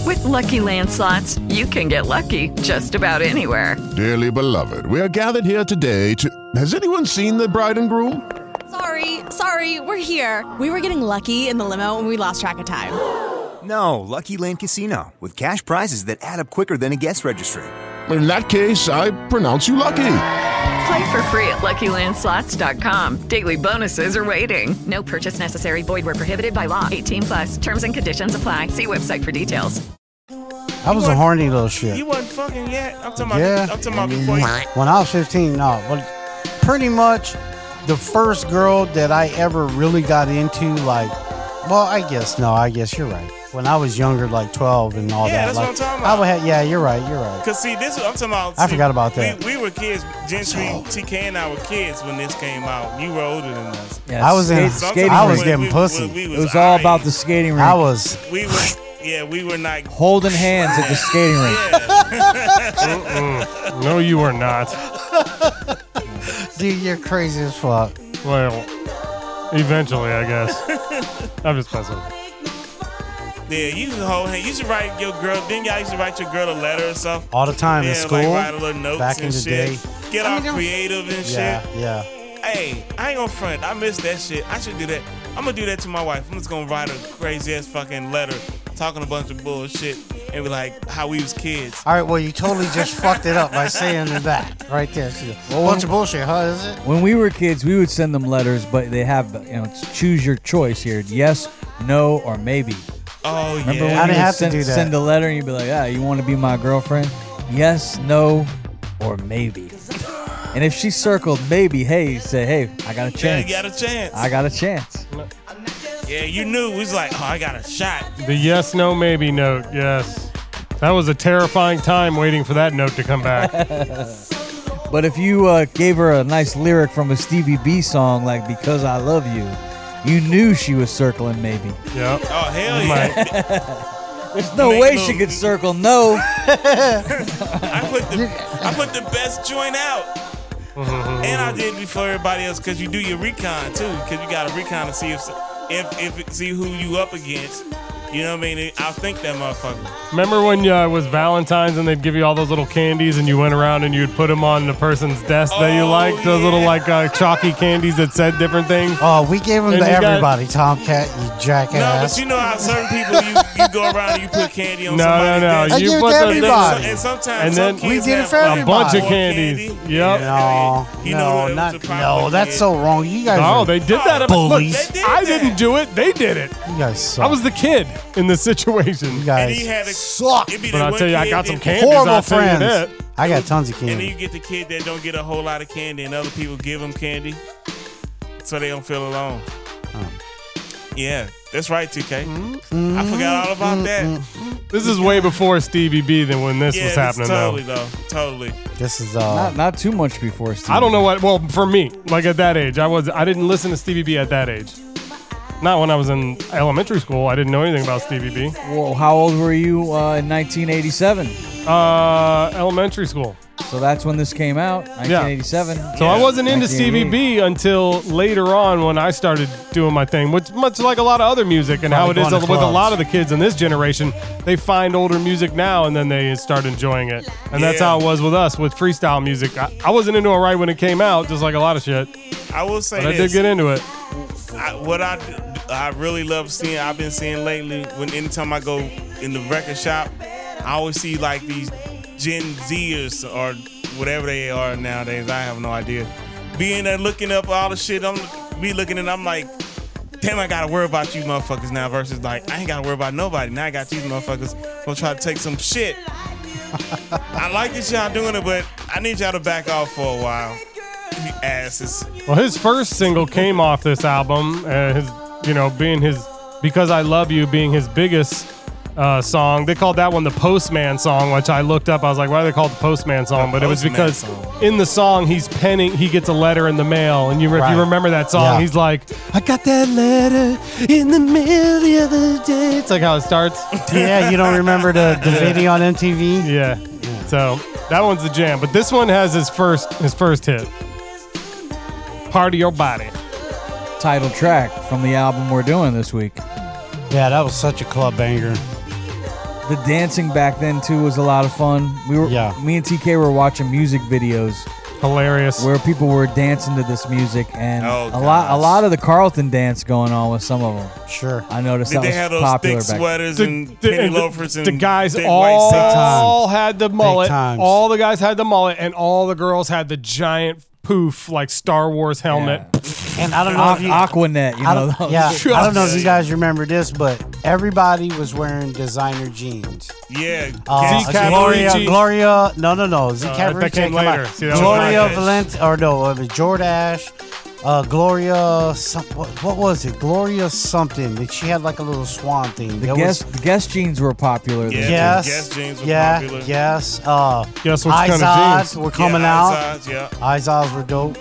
With Lucky Land slots, you can get lucky just about anywhere. Dearly beloved, we are gathered here today to. Has anyone seen the bride and groom? Sorry, sorry, we're here. We were getting lucky in the limo and we lost track of time. No, Lucky Land Casino, with cash prizes that add up quicker than a guest registry. In that case, I pronounce you lucky. Play for free at LuckyLandSlots.com. Daily bonuses are waiting. No purchase necessary. Void where prohibited by law. 18 plus. Terms and conditions apply. See website for details. I was a horny little shit. You wasn't fucking yet. I'm talking about Yeah. I'm talking I about mean, before you when I was 15, no. But pretty much the first girl that I ever really got into, like, Well, I guess no. I guess you're right. When I was younger, like twelve and all Yeah, that, that's what like, I'm talking about. I would have. Yeah, you're right. You're right. Cause see, this I'm talking about. I see, forgot about that. We, we were kids. Gentry, TK, and I were kids when this came out. You were older than us. Yeah, I was in- skate- Sometimes skating when rink. we- getting we- pussy. when we It was all about irate, the skating I rink. was We were. Yeah, we were not. holding hands at the skating rink. Mm-mm. Mm. No, you are not. Dude, you're crazy as fuck. Well, eventually, I guess. I'm just messing. Yeah, you used to hold hand. You used to write your girl. Then y'all used to write your girl a letter or something. All the time in yeah, school, Like write a little notes back and in the shit. day. Get I all mean, there was- creative and Yeah, shit. yeah. Hey, I ain't gonna front. I miss that shit. I should do that. I'm gonna do that to my wife. I'm just gonna write a crazy ass fucking letter, talking a bunch of bullshit, and be like, how we was kids. All right. Well, you totally just fucked it up by saying that right there. She's a bunch of bullshit, huh? Is it? When we were kids, we would send them letters, but they have, you know, it's choose your choice here yes, no, or maybe. Oh yeah. Remember when you would send, send a letter and you'd be like, ah, you want to be my girlfriend? Yes, no, or maybe. and if she circled maybe, hey, say, hey, I got a Yeah, you chance. got a chance. I got a chance. Yeah, you knew. We was like, oh, I got a shot. The yes, no, maybe note. Yes. That was a terrifying time waiting for that note to come back. But if you uh, gave her a nice lyric from a Stevie B song like "Because I Love You," you knew she was circling maybe. Yeah. Oh hell You yeah. There's no way she could circle no. I put the I put the best joint out. And I did it before everybody else because you do your recon too because you got to recon to see if if if see who you up against. You know what I mean? I'll think that motherfucker. Remember when uh, it was Valentine's and they'd give you all those little candies and you went around and you'd put them on the person's desk that Oh, you liked? Those little like uh, chalky candies that said different things? Oh, we gave them And to you got- everybody. Tomcat, you No, jackass. but you know how certain people you, you go around and you put candy on No, no, somebody. no. I give it to the- everybody. And sometimes and then some kids have a bunch of more candies. Yep. No, no, not, no. Oh, That's so wrong. You guys. No, are they did that. Bullies. Look, I didn't do it. They did it. You guys suck. I was the kid in this situation. You guys And he had a- suck. it'd be But the I one tell you, I kid got some that- candies. horrible I'll tell you friends. that. I got tons of And then candy. you get the kid that don't get a whole lot of candy, and other people give them candy, so they don't feel alone. Yeah, that's right, TK. Mm-hmm. I forgot all about that. Mm, This is way before Stevie B than when this yeah, was this happening, totally though. though. Totally. This is not not too much before. Stevie I don't know what. Well, for me, like at that age, I was I didn't listen to Stevie B at that age. Not when I was in elementary school. I didn't know anything about Stevie B. Whoa, how old were you uh, in 1987? Uh, elementary school. So that's when this came out, 1987. So I wasn't into Stevie 1988. B until later on when I started doing my thing, which much like a lot of other music and how it Probably is going with to a clubs. lot of the kids in this generation, they find older music now and then they start enjoying it. And that's Yeah. how it was with us with freestyle music. I, I wasn't into it right when it came out, just like a lot of shit. I will say But I this. did get into it. I, what I I really love seeing I've been seeing lately when anytime I go in the record shop, I always see like these Gen Zers or whatever they are nowadays. I have no idea. Being there looking up all the shit, I'm be looking and I'm like, damn, I gotta worry about you motherfuckers now. Versus like, I ain't gotta worry about nobody. Now I got these motherfuckers gonna try to take some shit. I like that y'all doing it, but I need y'all to back off for a while. You asses. Well, his first single came off this album. Uh, his, you know, being his "Because I Love You" being his biggest uh, song. They called that one the Postman song, which I looked up. I was like, why do they call it the Postman song? but it was Postman because song. in the song he's penning, he gets a letter in the mail, and you if Right. you remember that song, Yeah. he's like, I got that letter in the mail the other day. It's like how it starts. yeah, you don't remember the, the video on MTV? Yeah. So that one's the jam, but this one has his first his first hit. Part of your body. Title track from the album we're doing this week. Yeah, that was such a club banger. The dancing back then too was a lot of fun. We were, Yeah. me and TK were watching music videos, hilarious, where people were dancing to this music, and Oh, a lot, a lot of the Carlton dance going on with some of them. Sure, I noticed Did that they was have those popular thick back sweaters then. and penny loafers and the guys big all, white socks? had the mullet. All the guys had the mullet, and all the girls had the giant poof like Star Wars helmet. And I don't know if you- Aquanet, you I know. don't- those- yeah, I don't know if you guys remember this, but everybody was wearing designer jeans. Yeah. Uh, Cat- Gloria, Cavallari. Gloria, no, no, no, Z Uh, Cavallari that came check him out. later. See, that was Gloria later. Valente, or no, it was Jordash, uh, Gloria, some, what, what was it? Gloria something that she had like a little swan thing. The That guest was, the guest jeans were popular. then. yes, yeah, yes. Uh, Guess what kind of Izod jeans? were coming Yeah, out. Izods, yeah. Izods were dope.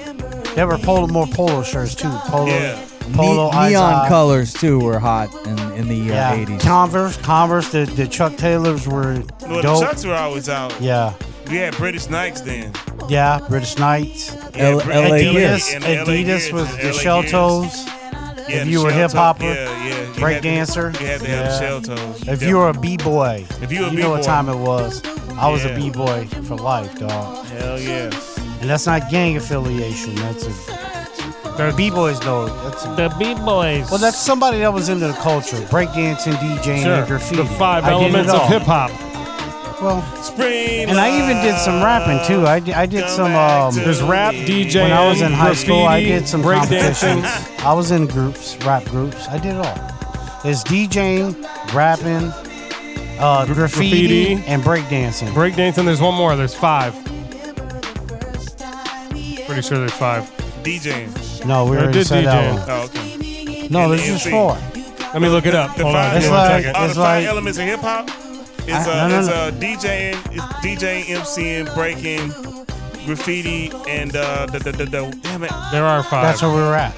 There were polo, more polo shirts too. Polo, Yeah. polo, Ne- neon Izod. colors too were hot in, in the uh, Yeah, 80s. Converse, Converse. The, the Chuck Taylors were Well, dope. the Chucks were always out. Yeah. We had British Nikes then. Yeah, British Knights. Yeah, Brit- LA Gears. Adidas. And LA Adidas Gears was and the LA shell Gears. toes. Yeah, if the you were shell hip toe- hopper, yeah, yeah, you break had to- dancer, you had to have the shell toes. If you were a b boy, If you were a know what b-boy. time it was. I was Yeah. a b boy for life, dog. Hell yeah. And that's not gang affiliation. That's a b boys know. That's a, the b boys. Well, that's somebody that was into the culture, breakdancing, DJing, Sure. and graffiti. The five I did it elements all. of hip hop. Well, spring. And I even did some rapping too. I did, I did some. Um, There's rap, DJ, When I was in high school, I graffiti, did some break competitions. dancing. I was in groups, rap groups. I did it all. It's DJing, rapping, uh, Gr- graffiti, graffiti. and breakdancing. Breakdancing, there's one more. There's five. Pretty sure there's five. DJing. No, we I already did said that DJing. one. Oh, okay. No, And there's the just MC. four. Let me look it up. The Hold on. five, Give me oh, one the second. five elements of hip hop is I- no, uh, no, is, no. uh, DJing, it's DJing, MCing, breaking, graffiti, and uh, the, the, the, the, damn it. There are five. That's where we were at.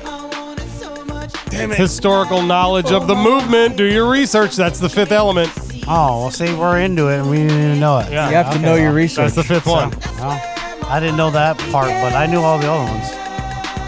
Damn it. Historical knowledge of the movement. Do your research. That's the fifth element. Oh, well, see, we're into it and we didn't even know it. Yeah. You have to know your research. That's the fifth one. well, I didn't know that part, but I knew all the other ones.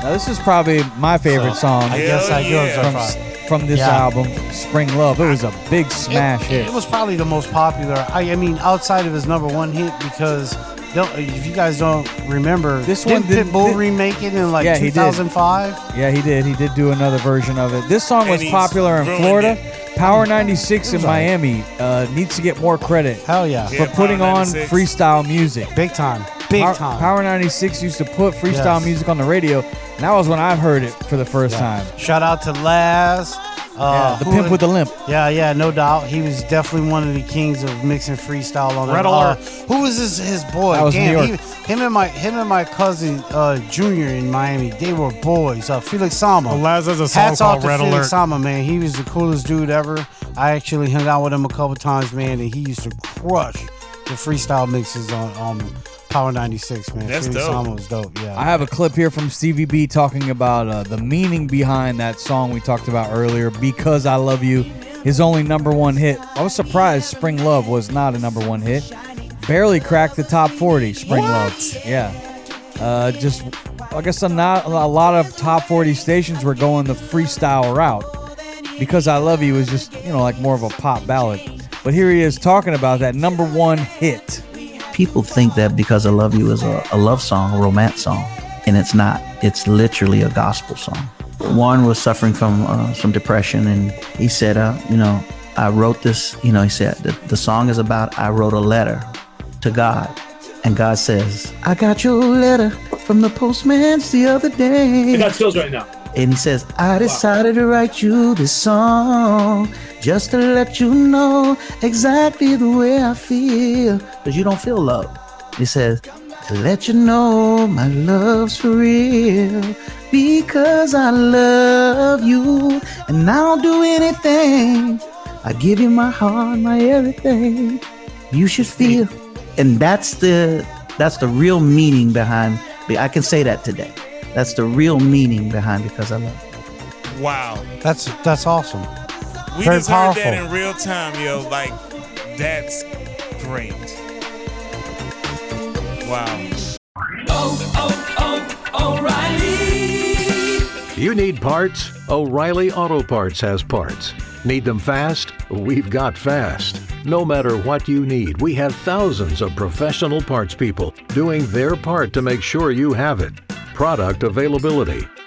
Now this is probably my favorite So, song. I guess I do Hell have yeah. from, so s- far. from this Yeah. album, Spring Love. It was a big smash it, hit. It was probably the most popular. I, I mean, outside of his number one hit, because don't- if you guys don't remember, This didn't one didn't- Pitbull thi- remake it in like Yeah, he did. 2005. Yeah, he did. He did do another version of it. This song And was he's popular in ruined Florida. Power 96 in It was all right. Miami uh, needs to get more credit. Hell yeah. For Yeah, putting Power on 96. freestyle music. Big time. Big Power, time. Power 96 used to put freestyle Yes. music on the radio, and that was when I heard it for the first Yeah. time. Shout out to Laz. Uh, Yeah, the who- pimp with the limp. Yeah, yeah, no doubt. He was definitely one of the kings of mixing freestyle on Red Alert. Uh, who was his his boy? That was Damn, New he- York. him and my him and my cousin uh, Junior in Miami. They were boys. Uh, Felix Sama. Laz has a song Hats called off to Red Felix Alert. Sama, man. He was the coolest dude ever. I actually hung out with him a couple times, man, and he used to crush the freestyle mixes on on Power 96, man. That's Felix dope. Sama was dope. Yeah. I have a clip here from Stevie B talking about uh, the meaning behind that song we talked about earlier, Because I Love You, his only number one hit. I was surprised Spring Love was not a number one hit. Barely cracked the top 40, Spring Love. Yeah. Uh, just, I guess a, not, a lot of top 40 stations were going the freestyle route. Because I Love You is just, you know, like more of a pop ballad. But here he is talking about that number one hit. people think that because I love you is a, a love song, a romance song, and it's not. It's literally a gospel song. Warren was suffering from uh, some depression, and he said, uh, "You know, I wrote this. You know, he said the, the song is about I wrote a letter to God, and God says, I got your letter from the postman's the other day. I got chills right now. And he says, I decided to write you this song just to let you know exactly the way I feel. Because you don't feel love. He says, To let you know my love's for real because I love you and I'll do anything. I give you my heart, my everything. You should feel. And that's the that's the real meaning behind I can say that today. That's the real meaning behind because I love. You. Wow. That's that's awesome. We Very just powerful. heard that in real time, yo. Like, that's great. Wow. Oh, oh, O'Reilly. You need parts? O'Reilly Auto Parts has parts. Need them fast? We've got fast. No matter what you need, we have thousands of professional parts people doing their part to make sure you have it. Product availability.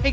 Hey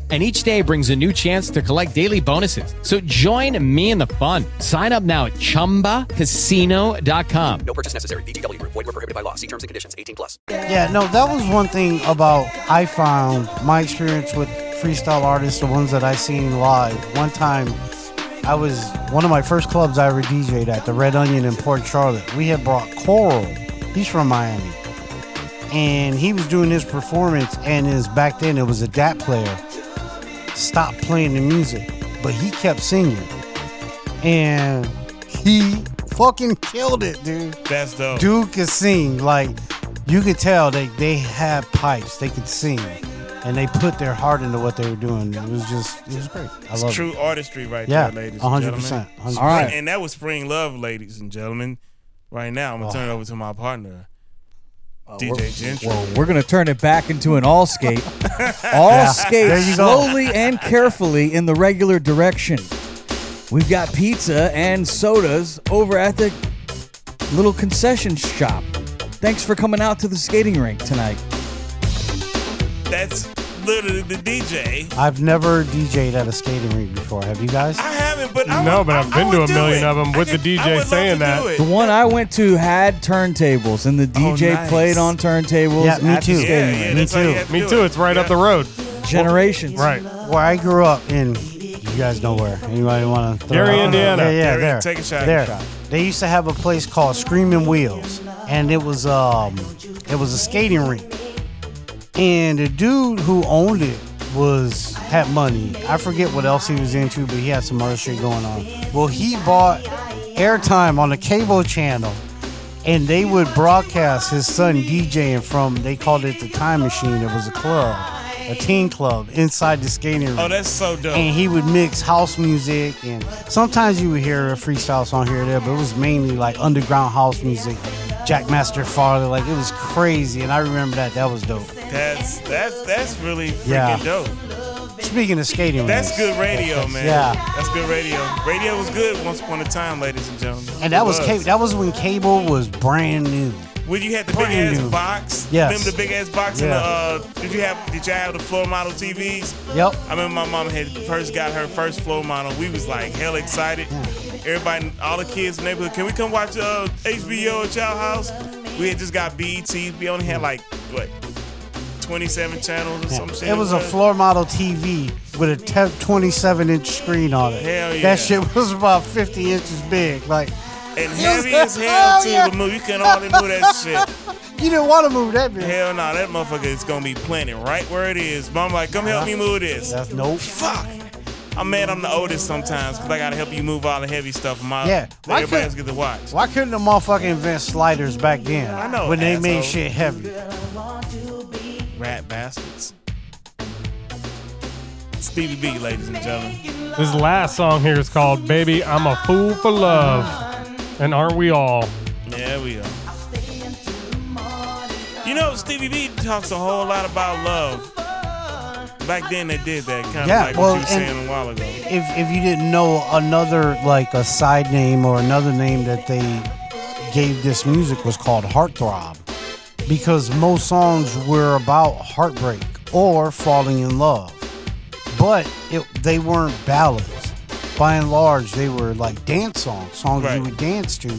And each day brings a new chance to collect daily bonuses. So join me in the fun. Sign up now at chumbacasino.com. No purchase necessary. VGW Group. Void were prohibited by law. See terms and conditions. 18 plus. Yeah, no, that was one thing about I found my experience with freestyle artists, the ones that I seen live. One time, I was one of my first clubs I ever DJ'd at, the Red Onion in Port Charlotte. We had brought Coral. He's from Miami, and he was doing his performance. And his back then it was a DAT player. Stopped playing the music, but he kept singing, and he fucking killed it, dude. That's dope. Dude could sing. Like you could tell they they had pipes. They could sing, and they put their heart into what they were doing. It was just it was great. I It's love true it. artistry right yeah, there, ladies. and 100%, gentlemen. 100%. Spring- And that was spring love, ladies and gentlemen. Right now, I'm gonna turn it over to my partner, DJ Gentry. We're going to turn it back into an all skate. All Yeah, there skate you go. slowly and carefully in the regular direction. We've got pizza and sodas over at the little concession shop. Thanks for coming out to the skating rink tonight. That's literally the DJ. I've never DJ'd at a skating rink before. Have you guys? I haven't, but I No, would- but I've been to a million of them with the DJ saying that. The one I went to had turntables, and the DJ Oh, nice. played on turntables. Yeah, me at too. The skating Yeah, yeah, rink. that's how you have to Me do too, it. it's right up Yeah. the road. Generations. Right. Where I grew up in, you guys know where. Anybody want to? Gary, Indiana. Yeah, yeah, Gary, there. take a shot. There. Shot. They used to have a place called Screaming Wheels, and it was um, it was a skating rink, and the dude who owned it was had money. I forget what else he was into, but he had some other shit going on. Well, he bought airtime on the cable channel. And they would broadcast his son DJing from, they called it the Time Machine. It was a club, a teen club inside the skating rink. Oh, that's so dope. And he would mix house music, and sometimes you would hear a freestyle song here or there, but it was mainly like underground house music. Jack Master Farley, like it was crazy, and I remember that. That was dope. That's that's that's really freaking Yeah. dope. Speaking of skating, That's rinks, good radio, man. Yeah, that's good radio. Radio was good once upon a time, ladies and gentlemen. and that It was cable. That was when cable was brand new. When you had the big brand ass new. box. Yes. Remember the big ass box Yeah. in the uh did you have did you have the floor model TVs? Yep. I remember my mom had first got her first floor model. We was like hell excited. Mm. Everybody all the kids in the neighborhood, can we come watch uh HBO at Child House? We had just got BET. We only had like what twenty seven channels or some shit. It was a floor model TV with a 10 27 inch screen on it. Hell yeah. That shit was about 50 inches big. Like, and heavy as Oh, hell too. to move. You couldn't hardly move that shit. You didn't want to move that big. Hell no, that motherfucker is gonna be planted right where it is. Mom like, come help me move this. That's nope. Fuck. I'm mad I'm the oldest sometimes because I gotta help you move all the heavy stuff. My Yeah, why everybody couldn't- else get to watch. Why couldn't the motherfucker invent sliders back then? I know, When they made asshole. shit heavy. Rat bastards. Stevie B, ladies and gentlemen. This last song here is called Baby, I'm a Fool for Love. And aren't we all? Yeah, we are. You know, Stevie B talks a whole lot about love. Back then they did that kind of Yeah, like well, what you were and- saying a while ago. If if you didn't know another like a side name or another name that they gave this music was called heartthrob, because most songs were about heartbreak or falling in love, but it, they weren't ballads. By and large, they were like dance songs, songs you would dance to,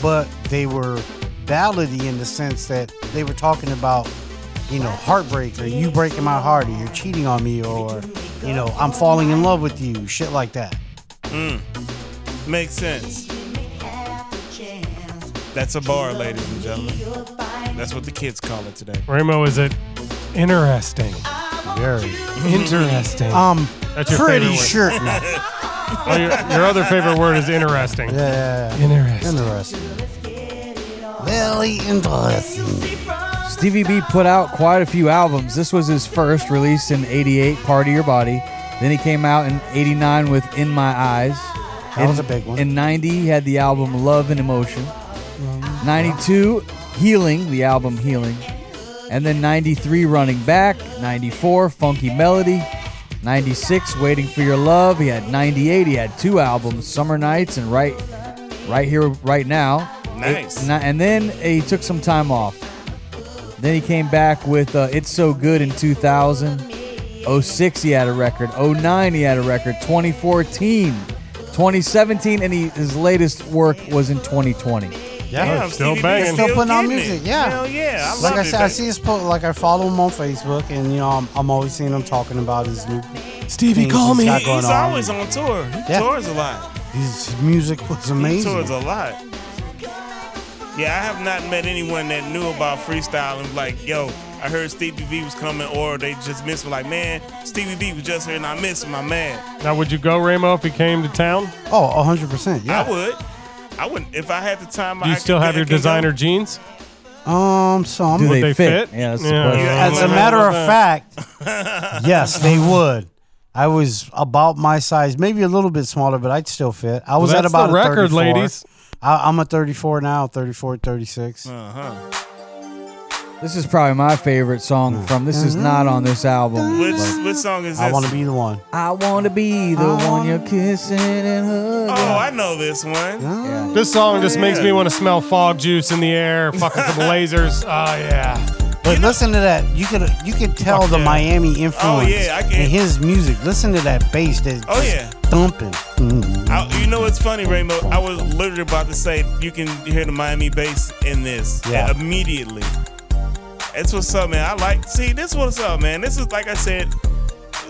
but they were ballady in the sense that they were talking about you know, heartbreak or you breaking my heart or you're cheating on me or, you know, I'm falling in love with you, shit like that. Mm. Makes sense. That's a bar, ladies and gentlemen. That's what the kids call it today. Ramo, is it interesting? Very interesting. Um, That's your pretty favorite word. sure. No. Oh, your, your other favorite word is interesting. Yeah, Interesting. Really interesting. Stevie B put out quite a few albums. This was his first, released in '88, "Part of Your Body." Then he came out in '89 with "In My Eyes." That in, was a big one. In '90, he had the album "Love and Emotion." '92, "Healing," the album "Healing." And then 93, Running Back. 94, Funky Melody. 96, Waiting for Your Love. He had 98. He had two albums, Summer Nights and Right, right Here, Right Now. Nice. Eight- ni- and then eh, he took some time off. Then he came back with uh, It's So Good in 2000. 06, he had a record. 09, he had a record. 2014, 2017, and he, his latest work was in 2020. Yeah, still They're banging. still putting out music. Yeah, Hell yeah, I like love I it, said, I baby. see his po- like I follow him on Facebook, and you know I'm, I'm always seeing him talking about his new things he's He- got He's, going on. always on tour. He Yeah. tours a lot. His music was amazing. He tours a lot. Yeah, I have not met anyone that knew about freestyle and was like, yo, I heard Stevie B was coming, or they just missed me. Like, man, Stevie B was just here and I missed him. I'm mad. Now, would you go, Ramo, if he came to town? Oh, 100%. I would. I wouldn't if I had the time. Do you I still could- have I your could go. designer jeans? Um, so I'm Do Would they they fit? fit? Yeah, that's the question. As a matter of fact, yes, they would. I was about my size, maybe a little bit smaller, but I'd still fit. I was at That's the about a record, 34. ladies. I, I'm a 34 now, 34, 36. Uh-huh. This is probably my favorite song from. This is not on this album. Which but- which song is this? Mm. I want to be the one. I want to be the one you're kissing and hugging. Oh, I know this one. This song just makes me want to smell fog juice in the air, fucking some lasers. Oh, yeah. But listen to that. You could you could tell Fuck the yeah. Miami influence Oh, yeah, I can- in his music. Listen to that bass that's Oh, yeah. thumping. Mm. I, you know what's funny, Rainbow? I was literally about to say you can hear the Miami bass in this Yeah. immediately. That's what's up, man. I like see this. What's up, man? This is like I said.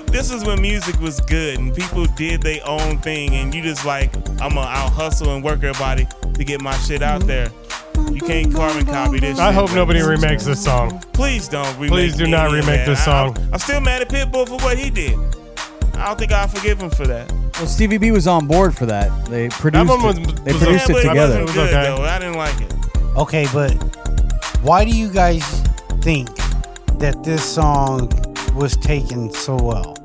This is when music was good and people did their own thing, and you just like I'm gonna out hustle and work everybody to get my shit out there. You can't carbon copy this. I shit, hope man. nobody remakes this song. Please don't remake. Please do not any of remake that. this I- I'm- song. I'm still mad at Pitbull for what he did. I don't think I forgive him for that. Well, Stevie B was on board for that. They produced one was- it. They was produced okay, it but it together. wasn't good, though. I didn't like it. Okay, but why do you guys think that this song was taken so well?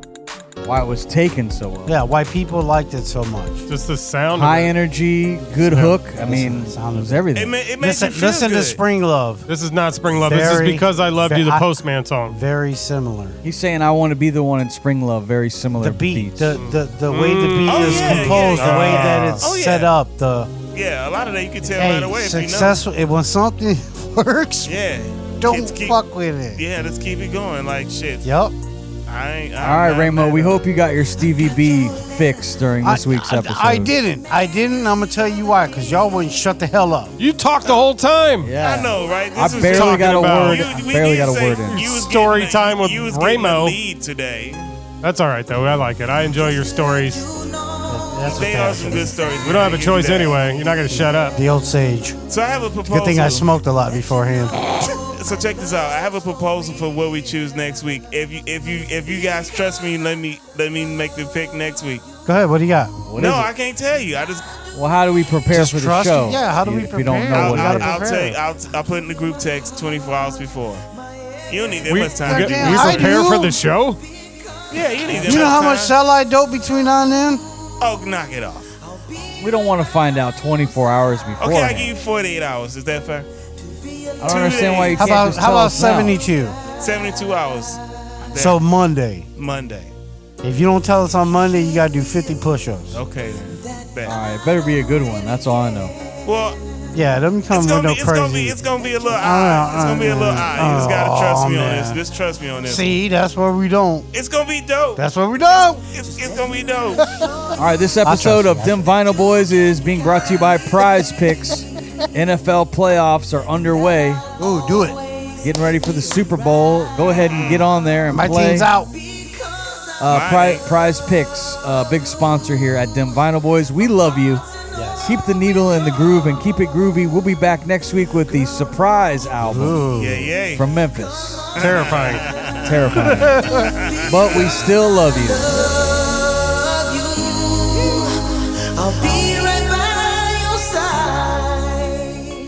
Why it was taken so well? Yeah, why people liked it so much? Just the sound. High energy, good hook. I mean, it was everything. listen, listen to Spring Love. This is not Spring Love. This is Because I Loved You, the Postman song. Very similar. He's saying I want to be the one in Spring Love. Very similar. The beat, beats. The the, the way the beat Oh, is yeah, yeah, composed, yeah. the way that it's Oh, yeah. set up, the Yeah, a lot of that you can tell right away. hey, if successful. It was something works. You know. Yeah. Don't Let's keep- fuck with it. Yeah, let's keep it going. Like shit. Yep. I ain't. All right, Ramo. We hope you got your Stevie B fix during this week's episode. I didn't. I didn't. I'm gonna tell you why. Cause y'all wouldn't shut the hell up. You talked the whole time. Yeah. I know, right? I barely talking got a about- word- I barely did got a say word in. You was Story getting a- time with you was getting Ramo. a lead today. That's all right, though. I like it. I enjoy your stories. They are some good stories. We don't have a choice anyway. You're not going to shut up. The old sage. So I have a proposal. Good thing I smoked a lot beforehand. So check this out. I have a proposal for what we choose next week. If you if you if you guys trust me, let me let me make the pick next week. Go ahead. What do you got? no, I can't tell you. I just Well, how do we prepare for the trust me. show? Yeah, how do if we you- If you don't prepare? know How- what how- it is. how- I'll Prepare. tell you. I'll, I'll put in the group text 24 hours before. You don't need that We, much time. we prepare for the show? Yeah, you need that You know much how time. much cell I dope between now and then? Oh, knock it off. We don't want to find out 24 hours before. Okay, I give you 48 hours. Is that fair? I don't understand why you How can't about just how tell about us now. 72? 72 hours. So That- Monday. Monday. If you don't tell us on Monday, you gotta do 50 push-ups. Okay. then. Bet. All right, better be a good one. That's all I know. Well, Yeah, them come it's with gonna no be it's crazy. gonna be it's gonna be a little I odd. don't It's gonna be a little know. odd. You just gotta trust Oh, me on Uh, man. this. Just trust me on this. See, that's where we don't. it's gonna be dope. That's where we don't. It's, it's gonna be dope. All right, this episode of Them Vinyl Boys is being brought to you by Prize Picks. NFL playoffs are underway. Ooh, do it. Getting ready for the Super Bowl. Go ahead and get on there and My play. team's out. Uh, pri- prize Picks, uh, big sponsor here at Dem Vinyl Boys. We love you. Yes. Keep the needle in the groove and keep it groovy. We'll be back next week with the surprise album Yeah, yeah. from Memphis. Terrifying. Terrifying. but we still love you. I'll be right by your side.